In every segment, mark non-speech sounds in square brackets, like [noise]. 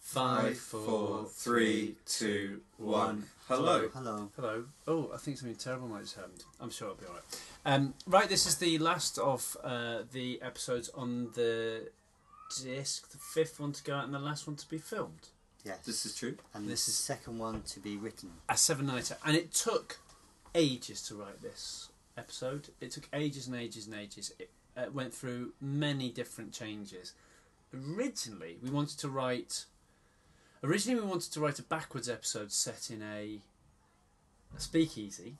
Five, four, three, two, one. Hello. Hello. Hello. Oh, I think something terrible might just happened. I'm sure I'll be alright. Um, right, this is the last of uh, the episodes on the disc, the fifth one to go out and the last one to be filmed. Yes. This is true. and this this is- is second one to be written. A seven nighter. And it took ages to write this episode. It took ages and ages and ages. It uh, went through many different changes. Originally, we wanted to write. Originally, we wanted to write a backwards episode set in a, a speakeasy.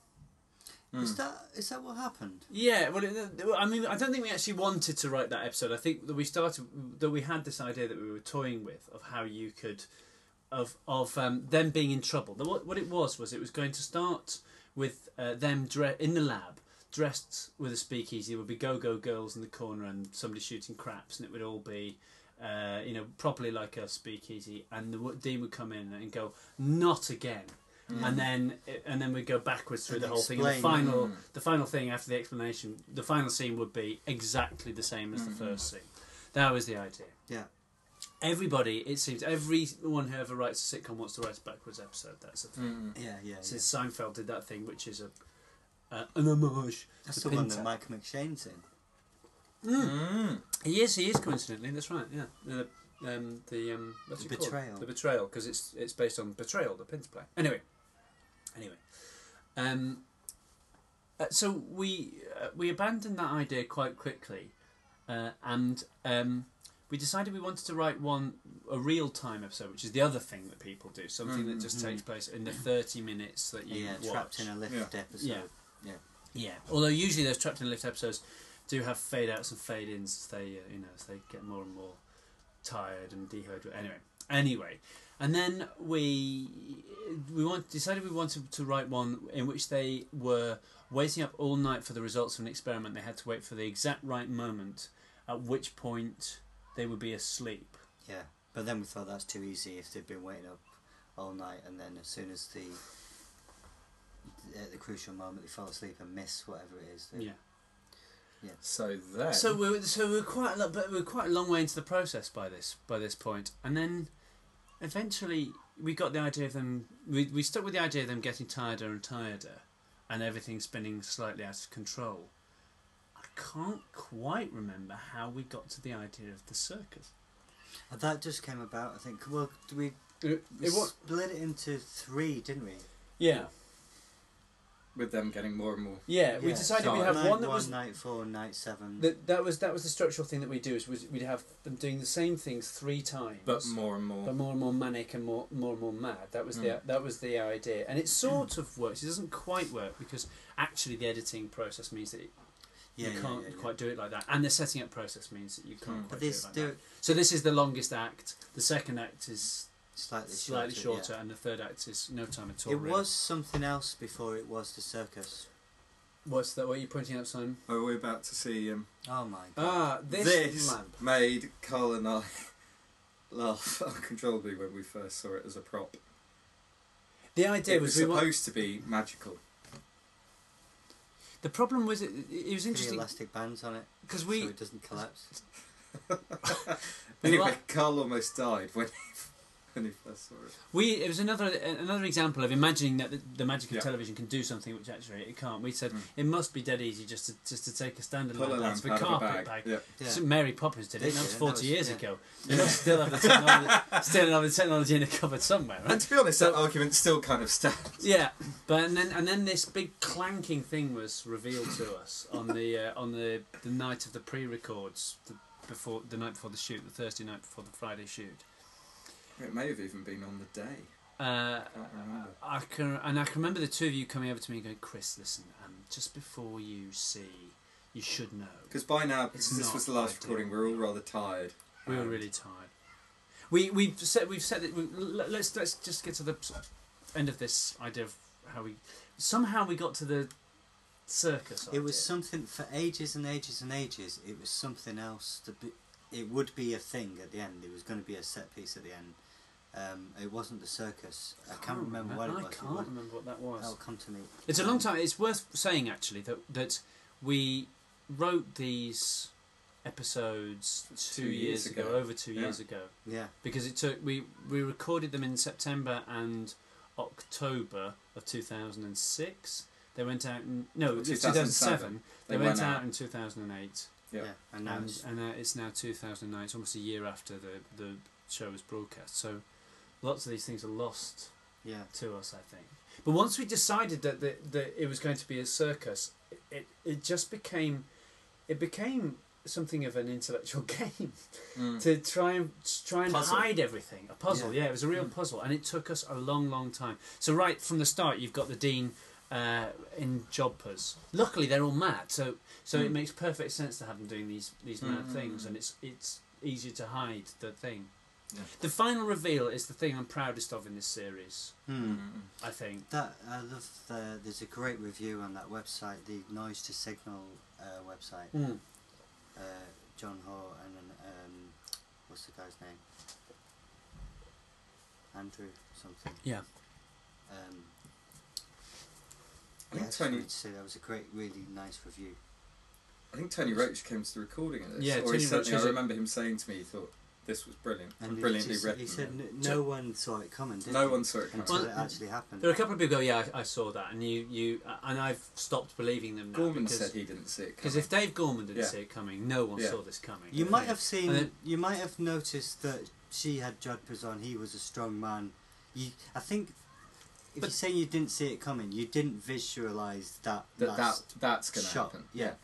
Is that is that what happened? Yeah, well, it- I mean, I don't think we actually wanted to write that episode. I think that we started that we had this idea that we were toying with of how you could, of of um, them being in trouble. The, what what it was was it was going to start with uh, them dre- in the lab dressed with a speakeasy. There would be go go girls in the corner and somebody shooting craps, and it would all be. Uh, you know, properly like a speakeasy, and the w- dean would come in and go, "Not again," and then and then we'd go backwards through Mm. And the whole thing. And the explain. Mm. final final- the final thing after the explanation, the final scene would be exactly the same as the first scene. That was the idea. Yeah. Everybody, it seems, everyone who ever writes a sitcom wants to write a backwards episode. That's Mm. the thing. Yeah, yeah. yeah. Since Seinfeld did that thing, which is a uh, an homage. That's to the one Pinter. that Michael McShane's in. Mm. He is, he is coincidentally. That's right. Yeah. The um, the um, what's The it called? Betrayal. The betrayal, because it's it's based on betrayal, the Pinter play. Anyway, anyway, um, uh, so we uh, we abandoned that idea quite quickly, uh, and um, we decided we wanted to write one a real time episode, which is the other thing that people do, something that just takes place in the thirty minutes that you Mm-hmm. yeah, watch. trapped in a lift Yeah. episode. Yeah. Yeah. Yeah. Although usually those trapped in a lift episodes do have fade outs and fade ins as they uh, you know as they get more and more tired and dehydrated. Anyway, anyway, and then we we want, decided we wanted to write one in which they were waiting up all night for the results of an experiment. They had to wait for the exact right moment, at which point they would be asleep. Yeah. But then we thought that's too easy if they've been waiting up all night and then as soon as the at the crucial moment they fall asleep and miss whatever it is. they- Yeah. So then. So we were so we we're quite a lot, but we we're quite a long way into the process by this by this point, and then eventually we got the idea of them. We we stuck with the idea of them getting tireder and tireder, and everything spinning slightly out of control. I can't quite remember how we got to the idea of the circus. And that just came about, I think. Well, we, It, we split it into three, didn't we? yeah with them getting more and more. yeah. we Yeah. decided we'd have night one, night four, night seven. that, that was that was the structural thing that we do is was we'd have them doing the same things three times, But more and more. but more and more manic and more more and more mad. That was Mm. the that was the idea, and it sort of works. It doesn't quite work because actually the editing process means that it, yeah, you yeah, can't yeah, yeah. quite do it like that, and the setting up process means that you can't quite Mm. But do it this like do that. So this is the longest act. The second act is slightly slightly shorter. yeah. shorter, and the third act is no time at all. It really. was something else before it was the circus. What's that? What are you pointing out, Simon? Oh, we're about to see um, Oh my god. Ah, this, man. made Carl and I [laughs] laugh uncontrollably when we first saw it as a prop. The idea it was, was we supposed want, to be magical. the problem was it, it was Three interesting elastic bands on it because so we it doesn't collapse. We Anyway, like- Carl almost died when he, [laughs] when he first saw it. We it was another another example of imagining that the, the magic of Yeah. television can do something which actually it can't. We said Mm. it must be dead easy just to just to take a standard Pull a like that lamp for out of a carpet bag. bag. Yeah. Yeah. So Mary Poppins did it. They and That was did, that forty was- years yeah. ago. You must still have the technology, [laughs] still have the technology in a cupboard somewhere, And right? to be honest, that argument still kind of stands. Yeah, but and then and then this big clanking thing was revealed to us on the uh, on the the night of the pre-records, the, before the night before the shoot, the Thursday night before the Friday shoot. It may have even been on the day. Uh, Can't remember. I can, and I can remember the two of you coming over to me and going, "Chris, listen, um, just before you see, you should know." Because by now, It's because this not was the last ideal. recording, we're all rather tired. We were And really tired. We we've said we've said that we, l- let's let's just get to the s- end of this idea of how we somehow we got to the circus. It was idea. something for ages and ages and ages. It was something else. To be, it would be a thing at the end. It was going to be a set piece at the end. Um, it wasn't the circus. I can't, remember what it was. I It can't was- remember what that was. That'll come to me. It's a long time. It's worth saying actually that that we wrote these episodes two, Two years, years ago, ago. over two Yeah. years ago, Yeah. because it took we we recorded them in September and October of two thousand and six. They went out in, no, it was two thousand 2007. seven. They, went, out in two thousand and eight. Yeah. Yeah. And now and, it's and uh, it's now 2009 it's almost a year after the, the show was broadcast so lots of these things are lost yeah. to us i think but once we decided that the, that it was going to be a circus it, it just became it became something of an intellectual [laughs] game Mm. to try and to try and Puzzle. hide everything a puzzle yeah, Yeah. it was a real Mm. puzzle and it took us a long long time so right from the start you've got the dean uh, in jodhpurs luckily they're all mad so so it Mm. makes perfect sense to have them doing these these mad Mm. things and it's it's easier to hide the thing Yeah. the final reveal is the thing i'm proudest of in this series Hmm. Mm. i think That I love. The, there's a great review on that website, the Noise to Signal uh, website. Hmm. Uh, John Hoare and um, what's the guy's name? Andrew something. yeah Um, I yeah, I think just Tony. wanted to say that was a great, really nice review. I think Tony Roach came to the recording of this. Yeah, or Tony he said, Roach I is a- remember him saying to me, he thought this was brilliant and he brilliantly just- written. He said yeah. n- no one saw it coming. Did no they? one saw it coming. until Well, it actually happened. there are a couple of people who go yeah i, I saw that and you you uh, and i've stopped believing them now Gorman because said he didn't see it coming. because if Dave Gorman didn't Yeah. see it coming, no one Yeah. saw this coming. You I might think. have seen. And it- you might have noticed that she had jodhpurs on. He was a strong man. You, I think, if But- you're saying you didn't see it coming, you didn't visualize that. that, that, last- that's going to shot, happen. yeah.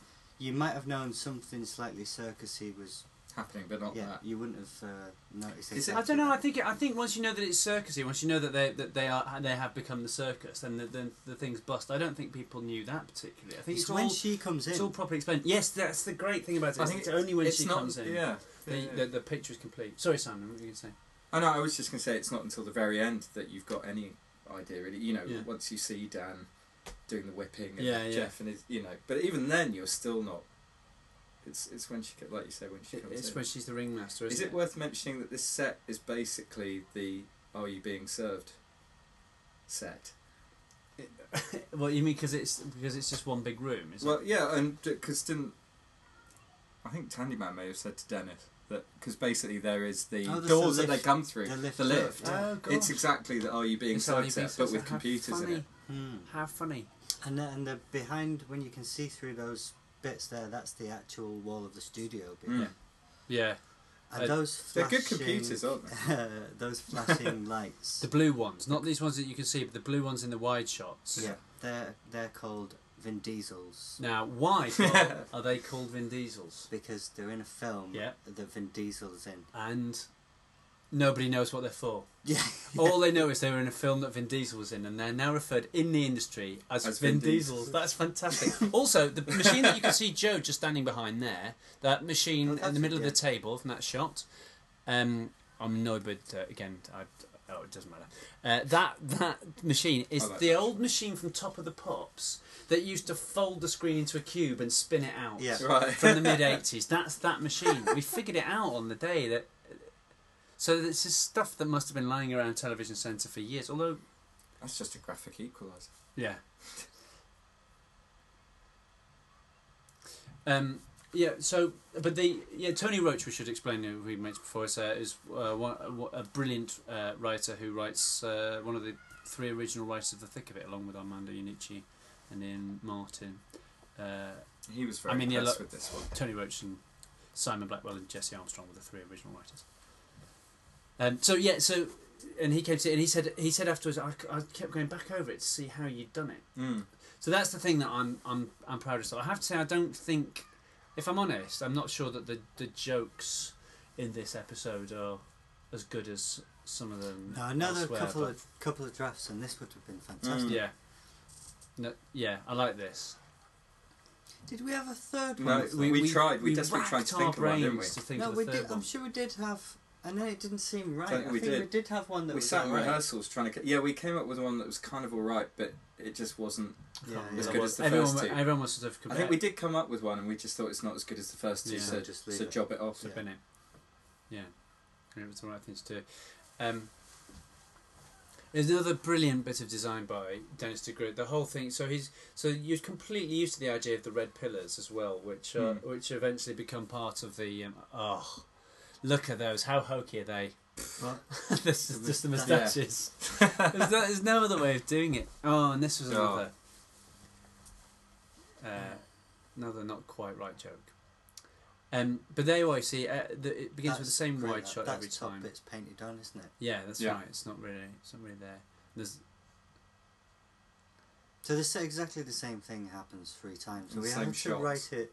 You might have known something slightly circusy was. Happening, but not yeah, that. you wouldn't have uh, noticed. Is it- I exactly don't know. I that. think it, I think once you know that it's circusy, once you know that they that they are they have become the circus, then the, then the things bust. I don't think people knew that particularly. I think it's, it's, when all she comes in. it's all properly explained. Yes, that's the great thing about it. I is think it's only when it's she not, comes in. Yeah. The, yeah, yeah. The, the picture is complete. Sorry, Simon. What were you going to say? I know. I was just going to say it's not until the very end that you've got any idea. Really, you know, Yeah. once you see Dan doing the whipping and Yeah, yeah. Jeff and his, you know, but even then you're still not. It's it's when she get- like you say when she It- comes It's in. when she's the ringmaster. Isn't Is it worth mentioning that this set is basically the "Are you being served?" set? well, you mean because it's because it's just one big room, is well, it? yeah, and because didn't I think Tandyman may have said to Dennis that because basically there is the Oh, there's the doors that they lift. come through, The lift the door, lift. yeah. Oh, God. It's exactly the "Are you being It's only served?" set, but pieces. with How computers in funny. it. Hmm. How funny! And the, and the behind when you can see through those bits there, that's the actual wall of the studio. bit. Mm. Yeah, And Uh, those They're flashing, good computers, aren't [laughs] [laughs] they? those flashing lights. the blue ones, not these ones that you can see, but the blue ones in the wide shots. Yeah, they're they're called Vin Diesels Now, why Paul, are they called Vin Diesels? because they're in a film Yeah. that Vin Diesel's in. and nobody knows what they're for. Yeah, [laughs] All they know is they were in a film that Vin Diesel was in, and they're now referred in the industry as, As Vin, Vin Diesels. Diesels. That's fantastic. also, the machine that you can see Joe just standing behind there, that machine Oh, in that's the it, middle of yeah. the table from that shot. Um, I'm annoyed, but uh, again, I, oh, it doesn't matter. Uh, that that machine is I like the that. old machine from Top of the Pops that used to fold the screen into a cube and spin it out Yeah. Right. from the mid '80s. That's that machine. We figured it out on the day that. So this is stuff that must have been lying around Television Centre for years. Although, That's just a graphic equalizer. yeah, um, yeah. So, but the yeah Tony Roach, we should explain who we mentioned before, is, uh, is uh, one, a brilliant uh, writer who writes uh, one of the three original writers of the thick of it, along with Armando Iannucci and Ian Martin. Uh, He was very I mean, yeah, impressed look- with this one. Tony Roach and Simon Blackwell and Jesse Armstrong were the three original writers. Um, so yeah, so and he came to and he said he said afterwards I, I kept going back over it to see how you'd done it. Mm. So that's the thing that I'm I'm I'm proudest of. I have to say I don't think, if I'm honest, I'm not sure that the the jokes in this episode are as good as some of them. no, another elsewhere, couple but- Hmm. of couple of drafts, and this would have been fantastic. Mm. yeah. No, yeah, I like this. Did we have a third No, one? it's- We- we tried- we desperately tried racked to think our of one, didn't brains we? to think no, of we the third did. I'm one. sure we did have, and then it didn't seem right. I Don't- think we we did. did, have one that We was sat in alright. rehearsals trying to. Ca- yeah, we came up with one that was kind of all right, but it just wasn't. Can't Yeah, yeah. as remember good what- as the everyone, first two. Everyone was sort of I compared. think we did come up with one, and we just thought it's not as good as the first two, Yeah. so Just leave so it. job it off. to Yeah. bin it. Yeah, yeah it was the right thing to do. Um, There's another brilliant bit of design by Dennis de Groot. The whole thing. So he's so you're completely used to the idea of the red pillars as well, which uh, Hmm. which eventually become part of the. Um, oh, look at those! How hokey are they? But [laughs] this is The just the moustache. moustaches. [laughs] there's, no, there's no other way of doing it. Oh, and this was Oh. another. Uh, another not quite right joke. Um, but there you are. You see, uh, the, it begins with the that's same great, wide that- shot that's every top time. bit's painted on, isn't it? Yeah, that's Yeah. right. It's not really. It's not really there. There's So this exactly the same thing happens three times. So And we same have to shots. write it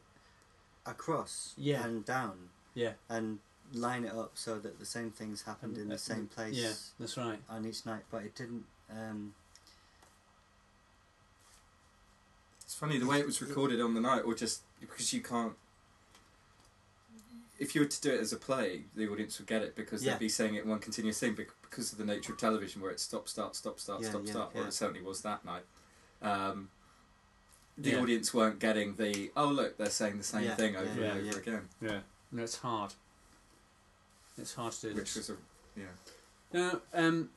across Yeah. and down yeah, and line it up so that the same things happened in Uh, the same place yeah. That's right. on each night. But it didn't. Um, It's funny the way it was recorded on the night, or just because you can't. If you were to do it as a play, the audience would get it because Yeah. they'd be saying it one continuous thing bec- because of the nature of television, where it's stop, start, stop, start, Yeah, stop, yeah, start, or yeah. it certainly was that night. Um, the Yeah. audience weren't getting the oh look, they're saying the same Yeah, thing over yeah, and over yeah. again, Yeah. No, it's hard. It's hard to do which this. was a yeah. [laughs] Now, um,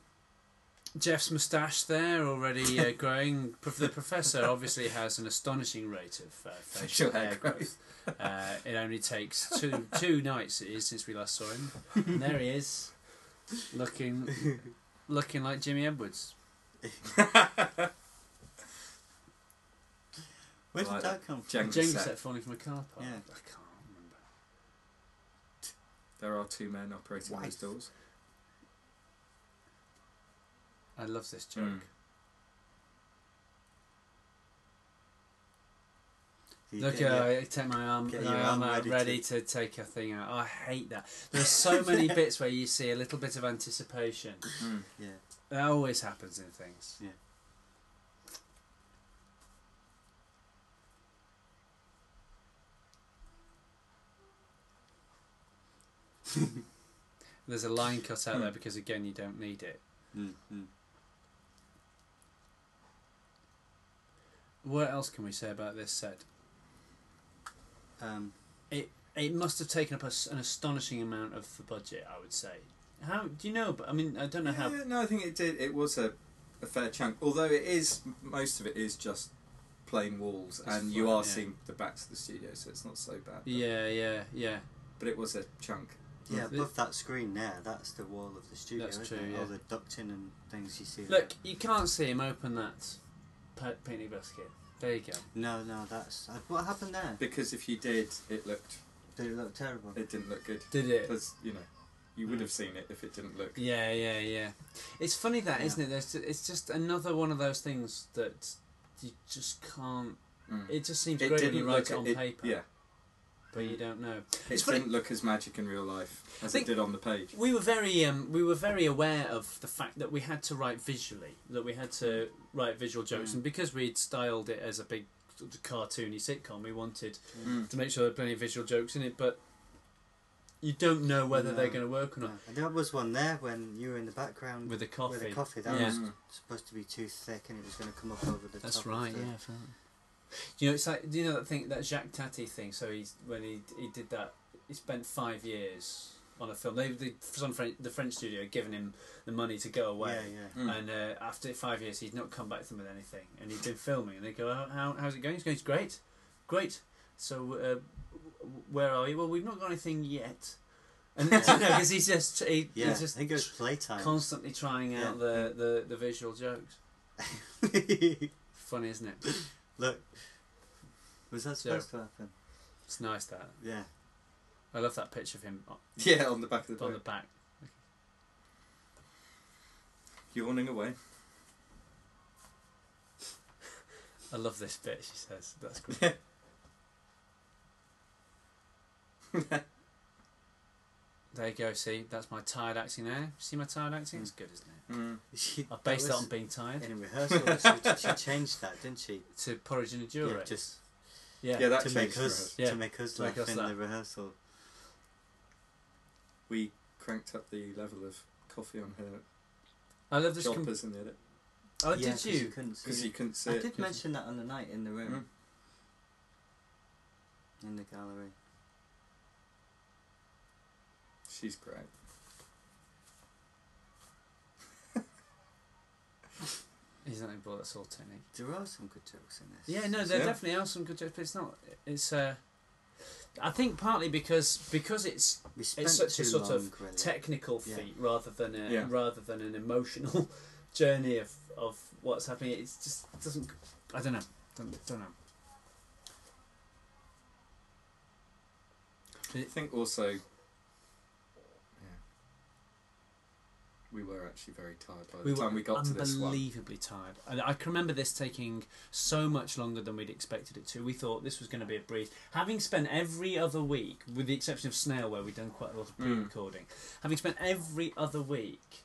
Jeff's moustache there already [laughs] uh, growing. Prof- the professor obviously has an astonishing rate of uh, [laughs] facial Facial hair hair growth. Uh, it only takes two two nights it is since we last saw him. And there he is, looking looking like Jimmy Edwards. where did Like that come Jenga from? Jenga set. set falling from a car park. Yeah. I can't remember. There are two men operating Wife. those [laughs] doors. I love this joke. Mm. You Look, get- uh, yeah. I take my arm, Get my your arm out, arm ready, ready to... take a thing out. I hate that. There's so [laughs] many bits where you see a little bit of anticipation. Mm. yeah. That always happens in things. Yeah. [laughs] There's a line cut out Hmm. there because again you don't need it. Mm, mm. What else can we say about this set? Um, It must have taken up a s an astonishing amount of the budget, I would say. How do you know? But I mean, I don't know how. Yeah, no, I think it did. It was a, a fair chunk. Although it is most of it is just plain walls, It's and you flat, are yeah. seeing the backs of the studio, so it's not so bad. But, Yeah, yeah, yeah. but it was a chunk. yeah, Mm. above that screen there, that's the wall of the studio. That's isn't true, It? yeah. All the ducting and things you see. Look, there. you can't see him open that pa- picnic basket. There you go. No, no, that's uh, what happened there. Because if you did, it looked Did it look terrible? it didn't look good. Did it? Mm. Because you know, you would have seen it if it didn't look. Yeah, yeah, yeah. It's funny that, Yeah. not it? There's, it's just another one of those things that you just can't. Mm. It just seems It great when you write look- it on it- paper, Yeah, but Mm. you don't know. it It's funny- didn't look as magic in real life as Think- it did on the page. We were very, um, we were very aware of the fact that we had to write visually, that we had to write visual jokes, Mm. and because we'd styled it as a big sort of cartoony sitcom, we wanted Mm. to make sure there were plenty of visual jokes in it, but. You don't know whether they're No. going to work or not. No. And there was one there when you were in the background With the coffee. with a coffee. That Yeah. was Mm. supposed to be too thick and it was going to come up over the That's top. right, Of the, yeah. Do you know it's like do you know that thing that Jacques Tati thing? So he's when he he did that, he spent five years on a film. They, they some French, the French studio had given him the money to go away. Yeah, [laughs] [laughs] yeah. Mm. And uh, after five years, he'd not come back to them with anything, and he'd been filming. And they go, "How- how, "How's it going?" He's going, "It's great, great." So, uh, w- w- where are you? Well, we've not got anything yet, and you know, because he's just he, Yeah, he's just I think it was playtime. constantly trying out Yeah. the, the the visual jokes. Funny, isn't it? [laughs] Look, was that So- supposed to happen? It's nice that Yeah. [laughs] I love that picture of him [laughs] Yeah, on the back of the on page, the back. yawning away. I love this bit, she says. That's great. there you go, see, that's my tired acting there. See my tired acting? It's good, isn't it? Mm. She, I based that was on being tired in rehearsal. she, she changed that, didn't she? to porridge and a Yeah, jury. just yeah. Yeah, that to changed make for us us. Yeah, to make us to make laugh us in laugh. the rehearsal. We cranked up the level of coffee on her I love this. Com- choppers in the edit oh, Yeah, 'cause did you? couldn't see because you it. couldn't see I it. did mention that on the night in the room, in the gallery. She's great. nothing but a sort technique. There are some good jokes in this. Yeah, no, there Yeah. definitely are some good jokes, but it's not. It's uh, I think partly because because it's we spent such a too sort of long, really. technical Yeah. feat rather than a, Yeah. rather than an emotional [laughs] journey of, of what's happening. It's just it doesn't. I don't know. Don't, don't know. I think also, yeah, we were actually very tired by the We were time we got to this one. unbelievably tired. And I can remember this taking so much longer than we'd expected it to. We thought this was going to be a breeze. Having spent every other week, with the exception of Snail, where we'd done quite a lot of Hmm. pre recording, having spent every other week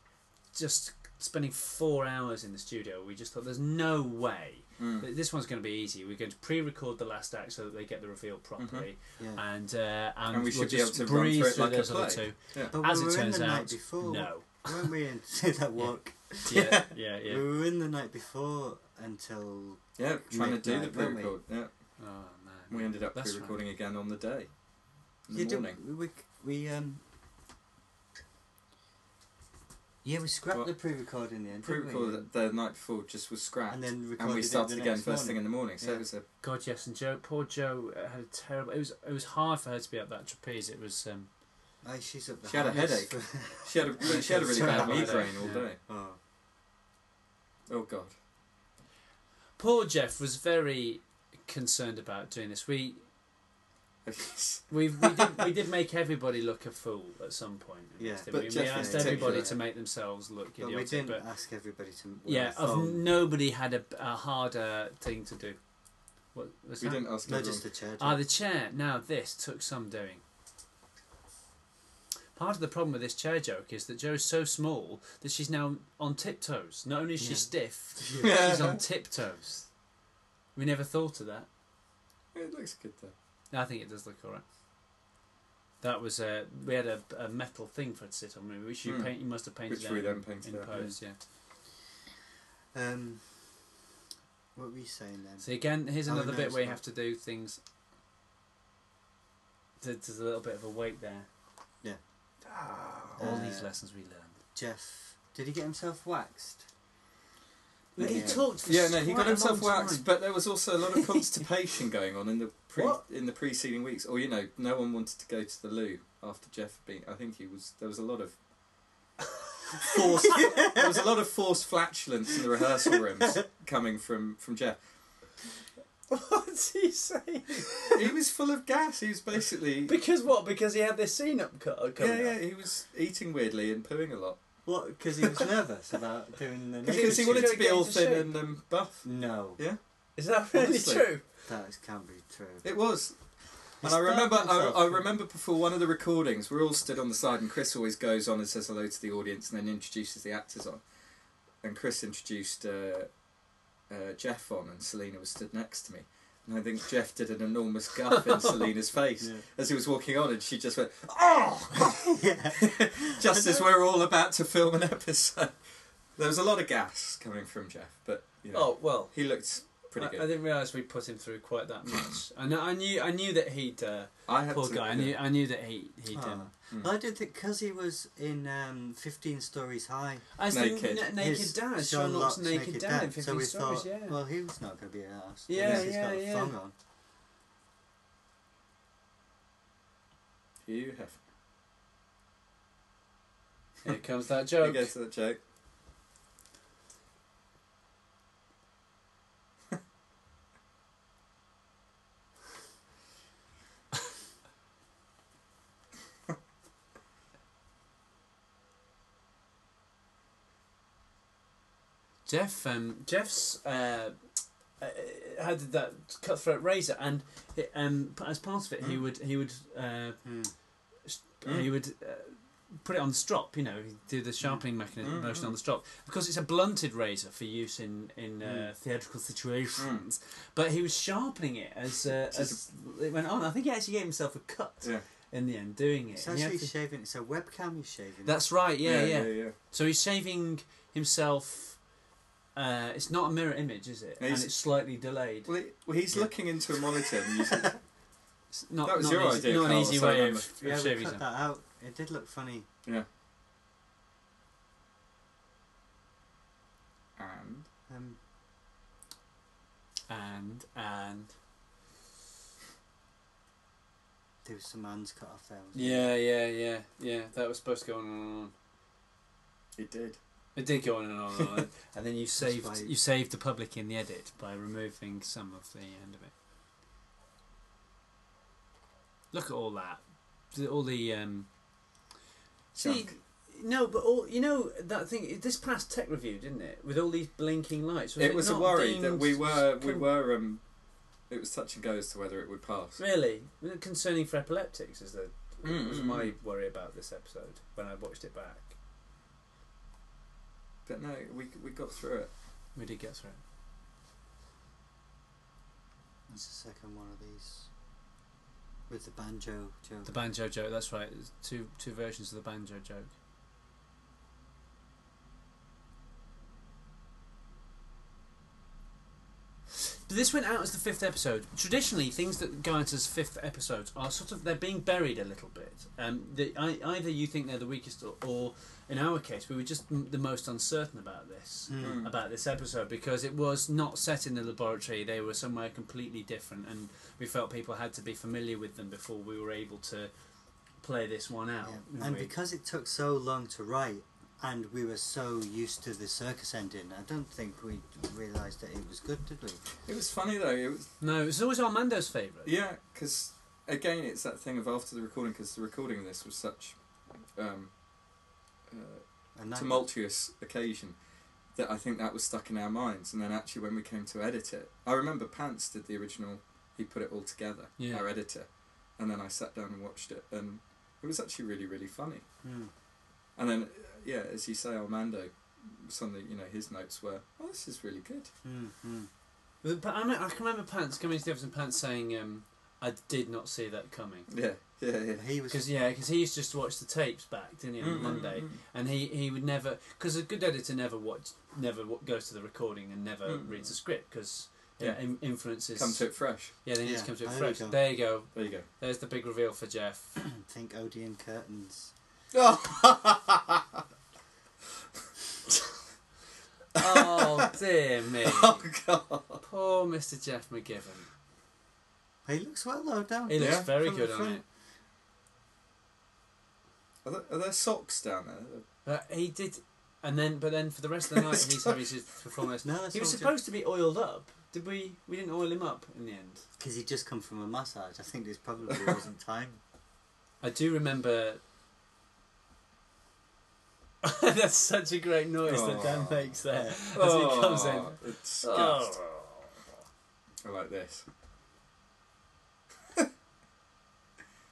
just spending four hours in the studio, we just thought there's no way. Hmm. that This one's going to be easy. We're going to pre-record the last act so that they get the reveal properly, Yeah. and uh, and, Mm-hmm. And we will should be able just to run breeze through it like a those other play. two. Yeah. but As we it were turns in the out, night [laughs] before, no, [laughs] weren't we? In that walk. yeah, yeah, yeah. We were in the night before until Yeah, trying to do the Midnight, weren't we? pre-record. Yeah, Oh man, we ended up That's pre-recording again on the day. In the Yeah, did morning. we, we, we um. Yeah, we scrapped Well, the pre-record in the end. didn't we? Pre-recorded the night before just was scrapped, and then recorded and we started it the again next first thing in the morning. So Yeah. it was a God, yes, and Joe, poor Joe uh, had a terrible. It was it was hard for her to be up that trapeze. It was um, morning. Oh, she's up the She had a harness headache. for- she had [laughs] a she had a really Sorry bad about that. migraine all Yeah. day. oh, Oh god. [laughs] poor Jeff was very concerned about doing this. We we we did, we did make everybody look a fool at some [laughs] point. in Yeah. this, didn't But we? Jeff we in asked particular, everybody yeah. to make themselves look but we idiotic, didn't but ask everybody to. wear yeah, a of phone. nobody had a, a harder thing to do. What was we that? didn't ask no, everyone. just the chair. Ah, the chair. Now this took some doing. Part of the problem with this chair joke is that Joe's so small that she's now on tiptoes. Not only is she [laughs] Yeah. stiff, Yeah. she's on tiptoes. We never thought of that. It looks good though. I think it does look alright. That was a we had a, a metal thing for her to sit on, really, which you Hmm. paint. You must have painted Which out we in- then painted in out, pose, yeah. um, what were you saying then? So again, here's Oh, another no, bit it's where you not. have to do things. There- There's a little bit of a weight there. Ah, Yeah. all Uh, these lessons we learned. Jeff, did he get himself waxed? Well, he Yeah. talked for Yeah, no, he quite got a himself long waxed, time. [laughs] but there was also a lot of constipation going on in the pre What? in the preceding weeks. Or you know, no one wanted to go to the loo after Jeff had been. I think he was. There was a lot of forced. [laughs] there was a lot of forced flatulence in the rehearsal rooms coming from from Jeff. What's he saying? [laughs] He was full of gas. He was basically. Because what? Because he had this scene up cut. up Yeah, coming yeah, up. he was eating weirdly and pooing a lot What? Because he was nervous about doing [laughs] the. because he nudity. wanted wanted to to be get all into thin shape. and um, buff. No, Is that really Honestly. true? that is- can't be true. It was. And He I remember, starved I, himself. I remember before one of the recordings, we're all stood on the side, and Chris always goes on and says hello to the audience, and then introduces the actors on. And Chris introduced uh, uh, Jeff on, and Selena was stood next to me. And I think Jeff did an enormous [laughs] guff in Selena's face Yeah. [laughs] as he was walking on, and she just went, "Oh!" just as we're all about to film an episode. [laughs] There was a lot of gas coming from Jeff, but you know, Oh well, he looked pretty I, good. I didn't realise we put him through quite [laughs] that much. I know, I knew, I knew that he'd uh, I had poor to- guy. I knew, I knew that he he Ah. would um, Mm. Well, I did think because he was in um, 15 Stories High. as Naked. the na- his- naked dad, Sean Locke's naked, dad, in Fifty so we Stories. thought, yeah. well, he was not going to be an arse. Yeah, he's yeah, got a yeah. thong on. Hugh Hefner. Here comes that He joke. goes to that joke. Jeff, um, Jeff's uh, uh, had that cutthroat razor, and it, um, p- as part of it, he Mm. would he would uh, Hmm. s- Mm. he would uh, put it on the strop. You know, he'd do the sharpening mechanism Mm, motion mm. on the strop because it's a blunted razor for use in in uh, theatrical situations. But he was sharpening it as uh, Just as it went on. I think he actually gave himself a cut Yeah. in the end doing it. It's And you have actually to- shaving. It's a webcam he's shaving. that's right. yeah. yeah. yeah. So he's shaving himself. Uh, it's not a mirror image, is it? No, he's- and it's slightly delayed. Well, he- well, he's Yeah. looking into a monitor. And he's, [laughs] It's not, that was not your an easy, idea, not an Carl, easy so I way of, remember. of yeah, we shaving cut himself. that out. It did look funny. and Um, and and There was some hands cut off there. Wasn't yeah, yeah, yeah, yeah. That was supposed to go on and on. It did. It did go on and on, and, on. [laughs] and then you saved why- you saved the public in the edit by removing some of the end of it. Look at all that, The- all the um. See, Junk. no, but all you know that thing. This past tech review, didn't it, with all these blinking lights? Was it was a not worry that deemed we were we con- were um it was touch and go as to whether it would pass. really Was it concerning for epileptics. Is the Mm, was mm, my mm. worry about this episode when I watched it back. But no, we we got through it. We did get through. it. it? That's the second one of these. With the banjo joke. The banjo joke. That's right. There's two two versions of the banjo joke. But this went out as the fifth episode. Traditionally, things that go out as fifth episodes are sort of they're being buried a little bit. Um, the, I, either you think they're the weakest, or, or in our case, we were just m- the most uncertain about this Hmm. about this episode because it was not set in the laboratory. They were somewhere completely different, and we felt people had to be familiar with them before we were able to play this one out. Yeah. didn't And we? because it took so long to write, and we were so used to the circus ending, I don't think we realised that it was good, did we? It was funny though. It was no, it's always Armando's favourite. yeah, because again, it's that thing of after the recording because the recording of this was such um, uh, And that, tumultuous occasion that I think that was stuck in our minds. And then actually, when we came to edit it, I remember Pants did the original. He put it all together. Yeah. Our editor, and then I sat down and watched it, and it was actually really really funny. Hmm. And then, uh, yeah, as you say, Armando, some of the, you know, his notes were, oh, this is really good. Hmm, hmm. But I, mean, I can remember Pants coming to the office and Pants saying, um, "I did not see that coming." Yeah, yeah, yeah. He was. Mm-hmm, Because yeah, because he used to just watch the tapes back, didn't he, on Mm, Monday? mm, And he, he would never, because a good editor never watch, never wa- goes to the recording and never Mm-hmm. Mm. reads the script because Yeah. yeah, in, mm. influences. Come to it fresh. Yeah, then he Yeah, just Ah, comes to it there fresh. you go. There you go. There you go. There's the big reveal for Jeff. think Odeon curtains. [laughs] oh dear me! oh, God. Poor Mr. Jeff McGivern. He looks well though, don't He looks Yeah, very from good the on it. front. Are there, are there socks down there? But he did, and then but then for the rest of the night he's having [laughs] his performance. No, that's He was all good. supposed to be oiled up. Did we? We didn't oil him up in the end. Because he'd just come from a massage. I think there's probably [laughs] wasn't time. I do remember. [laughs] That's such a great noise that Dan Aw. makes there as he comes in. Oh, It's Oh. gassed. I [laughs] like this.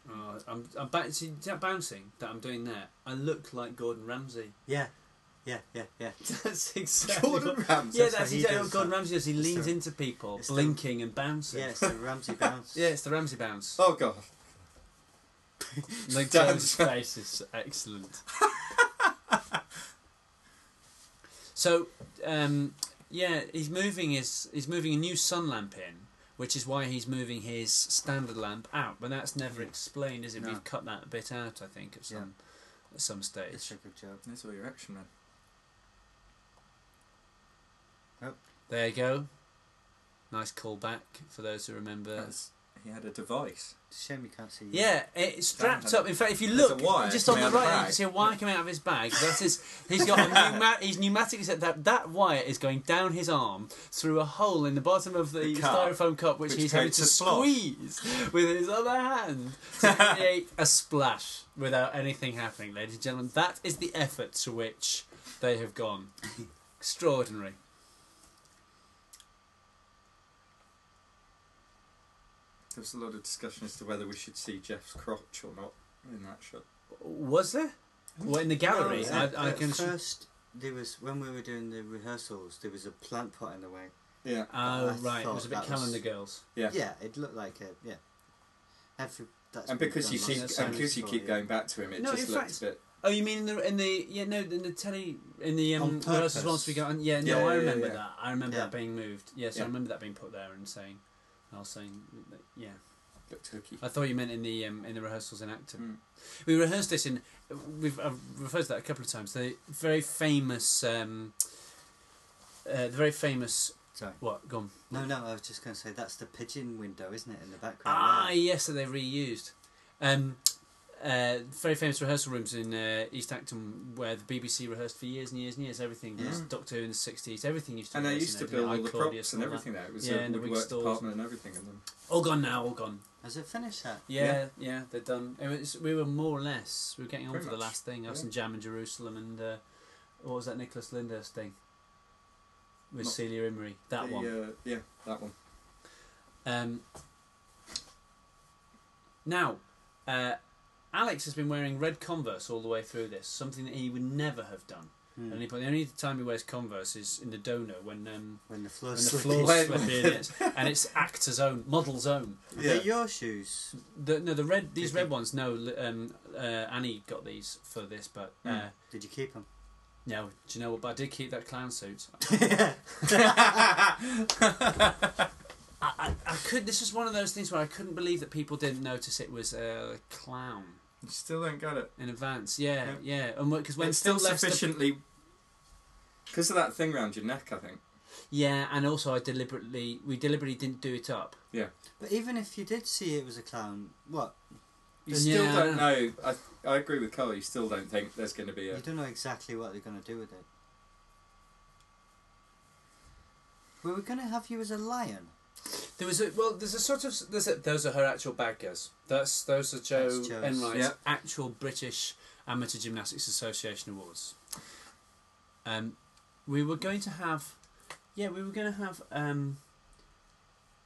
Oh, I'm, I'm back, see, that bouncing that I'm doing there. I look like Gordon Ramsay. [laughs] Yeah, yeah, yeah, yeah. That's exactly. what- Jordan Ramsay. Yeah, That's that's what he exactly does. what Gordon Ramsay does. He It's leans the- into people, it's the- blinking and bouncing. Yeah, it's the [laughs] Ramsey bounce. Yeah, it's the Ramsay bounce. Oh, God. [laughs] Like Dan's- Dan's face is excellent. so, um, yeah, he's moving his he's moving a new sun lamp in, which is why he's moving his standard lamp out. But that's never Mhm. explained, is it? No. We've cut that bit out, I think, at Yeah. some at some stage. It's a good joke. There's all your action, man. There you go. Nice callback for those who remember. That's- he had a device. It's a shame you can't see. you. Yeah, it's strapped Damn. up. In fact, if you There's a look wire just on coming the out of right, you the bag. can see a wire coming out of his bag. That is, he's got a pneuma- he's pneumatically set that that wire is going down his arm through a hole in the bottom of the, The cup, styrofoam cup, which, which he's having creates to a splash. squeeze with his other hand to create a splash without anything happening. Ladies and gentlemen, that is the effort to which they have gone. Extraordinary. There was a lot of discussion as to whether we should see Jeff's crotch or not in that shot. Was there? Well, in the gallery, No, at, I, I at can. First, there was when we were doing the rehearsals, there was a plant pot in the way. Yeah. Oh I right, it thought was a bit that was- calendar girls. Yeah. it looked like a yeah. Every, that's And been because done you lots keep of that and times because you before, keep yeah. going back to him, it No, just in looks a bit. Oh, you mean in the in the yeah no in the telly in the On um rehearsals purpose. once we got on yeah no Yeah, I yeah, remember yeah. that I remember Yeah. that being moved yes Yeah. I remember that being put there and saying I was saying that- yeah looked hooky. I thought you meant in the um, in the rehearsals in active Mm. we rehearsed this in we've I've referred to that a couple of times the very famous um uh, the very famous Sorry. What? Gone. No, no. I was just going to say that's the pigeon window, isn't it, in the background? Ah, there? yes, that they reused. Um, uh, very famous rehearsal rooms in uh, East Acton where the BBC rehearsed for years and years and years. Everything was Yeah. Doctor Who in the sixties. Everything used to. And they rehearse used in to there, didn't build they? all the Icordius props and and all that. everything there. It was Yeah, a and the wig woodwork stalls. department and everything. And then All gone now. All gone. Has it finished that? Yeah, yeah, Yeah. they're done. It was, we were more or less. We were getting on Pretty for the much, last thing. I was yeah. in Jam in Jerusalem, and uh, what was that Nicholas Lyndhurst thing with Not- Celia Imrie? That the, one. Uh, yeah, that one. Um, now, uh, Alex has been wearing red Converse all the way through this, something that he would never have done. Hmm. And he, but the only time he wears Converse is in the donor when um, When the floor when the slipped. floor When- slippy in it, and it's actor's own, model's own. Are Yeah. they your shoes? The, no, the red these Did red they- ones. No, li- um, uh, Annie got these for this, but uh, Mm. Did you keep them? no. Do you know what? But I did keep that clown suit. I, I, I could. This is one of those things where I couldn't believe that people didn't notice it was a clown You still don't get it. in advance. Yeah, Yeah. yeah. And because when it's still Phil left the- sufficiently. Because of that thing round your neck, I think. yeah, and also I deliberately we deliberately didn't do it up. But even if you did see it was a clown, what? You Yeah, still I don't know. know. I, I agree with Cole. You still don't think there's going to be a. You don't know exactly what they're going to do with it. We were going to have you as a lion. There was a well. There's a sort of there's a, those are her actual bad guys. That's those are Joe That's Joe's. Enright's Yeah. actual British Amateur Gymnastics Association awards. Um, we were going to have, yeah, we were going to have. Um,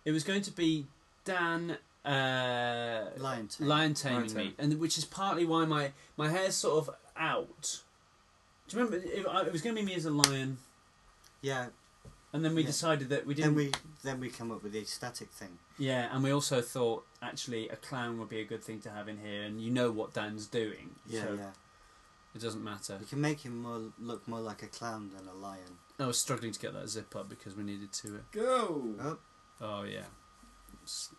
it was going to be Dan uh, Lion tamer. lion taming Lion taming. me, and which is partly why my my hair's sort of out. Do you remember? It, it was going to be me as a lion, Yeah. and then we Yeah. decided that we didn't. Then we then we come up with the static thing. Yeah, and we also thought actually a clown would be a good thing to have in here, and you know what Dan's doing, Yeah, so yeah. it doesn't matter. You can make him more look more like a clown than a lion. I was struggling to get that zip up because we needed to. Uh, Go! Oh, oh yeah, S-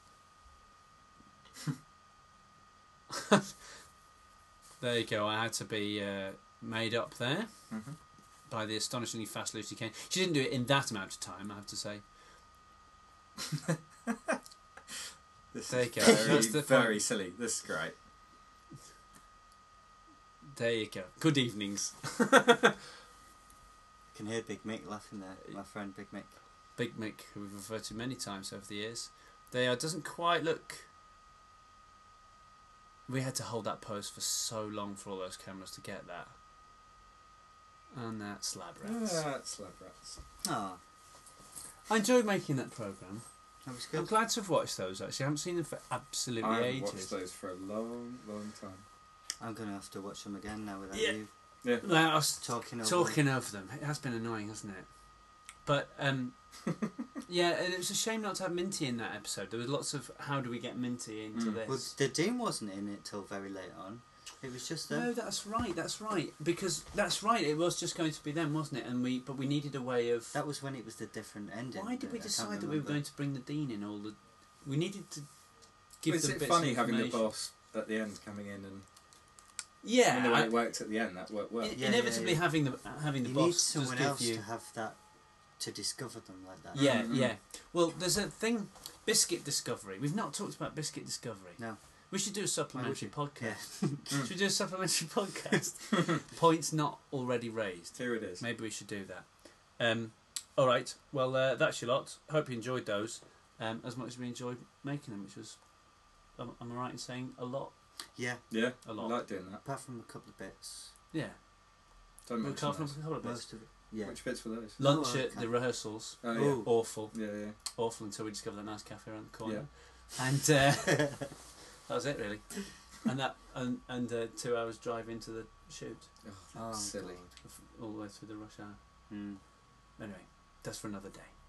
[laughs] there you go. I had to be uh, made up there Mhm. by the astonishingly fast Lucy Kane. She didn't do it in that amount of time, I have to say. This There is you go. very, That's the very point. silly. This is great. There you go. Good evenings, can hear Big Mick laughing there. My friend Big Mick. Big Mick, who we've referred to many times over the years. They are doesn't quite look. We had to hold that pose for so long for all those cameras to get that. And that slab Ah, rats. That's lab rats. Oh, I enjoyed making that program. that was I'm good. glad to have watched those. Actually, I haven't seen them for absolutely I haven't watched ages. those for a long, long time. I'm going to have to watch them again now without Yeah. you Yeah. Like, I was talking over talking of them. It has been annoying, hasn't it? But um, yeah, and it was a shame not to have Minty in that episode. There was lots of how do we get Minty into Mm. this? Well, the Dean wasn't in it till very late on. It was just them. No, that's right. That's right. Because that's right. It was just going to be them, wasn't it? And we, but we needed a way of. That was when it was the different ending. Why did we I can't decide that we were remember. going to bring the dean in? All the, we needed to give Is them it bits funny of having the information. boss at the end coming in and Yeah, and the way I- it worked at the end? That worked well. in- yeah, inevitably yeah. having the having the You need boss does someone give else you. to have that to discover them like that. Yeah, Mm, mm. yeah. Well, there's a thing, biscuit discovery. We've not talked about biscuit discovery. No. We should do a supplementary Yeah. podcast. should we do a supplementary [laughs] podcast? [laughs] Points not already raised. Here it is. Maybe we should do that. Um, all right. Well, uh, that's your lot. Hope you enjoyed those um, as much as we enjoyed making them, which was, am, am I right in saying a lot? Yeah, Yeah, A I lot. like doing that. apart from a couple of bits. yeah. Don't We'll mention cover those. a couple of bits. Most of it. Yeah. Which bits were those? Lunch Oh, at okay. the rehearsals. Oh, yeah. Ooh. Awful. Yeah, yeah. Awful until we discovered that nice cafe around the corner. Yeah. and uh, [laughs] that was it really. And that and and uh, two hours drive into the shoot, Oh, Oh, silly. God. all the way through the rush hour. Mm. Anyway, that's for another day.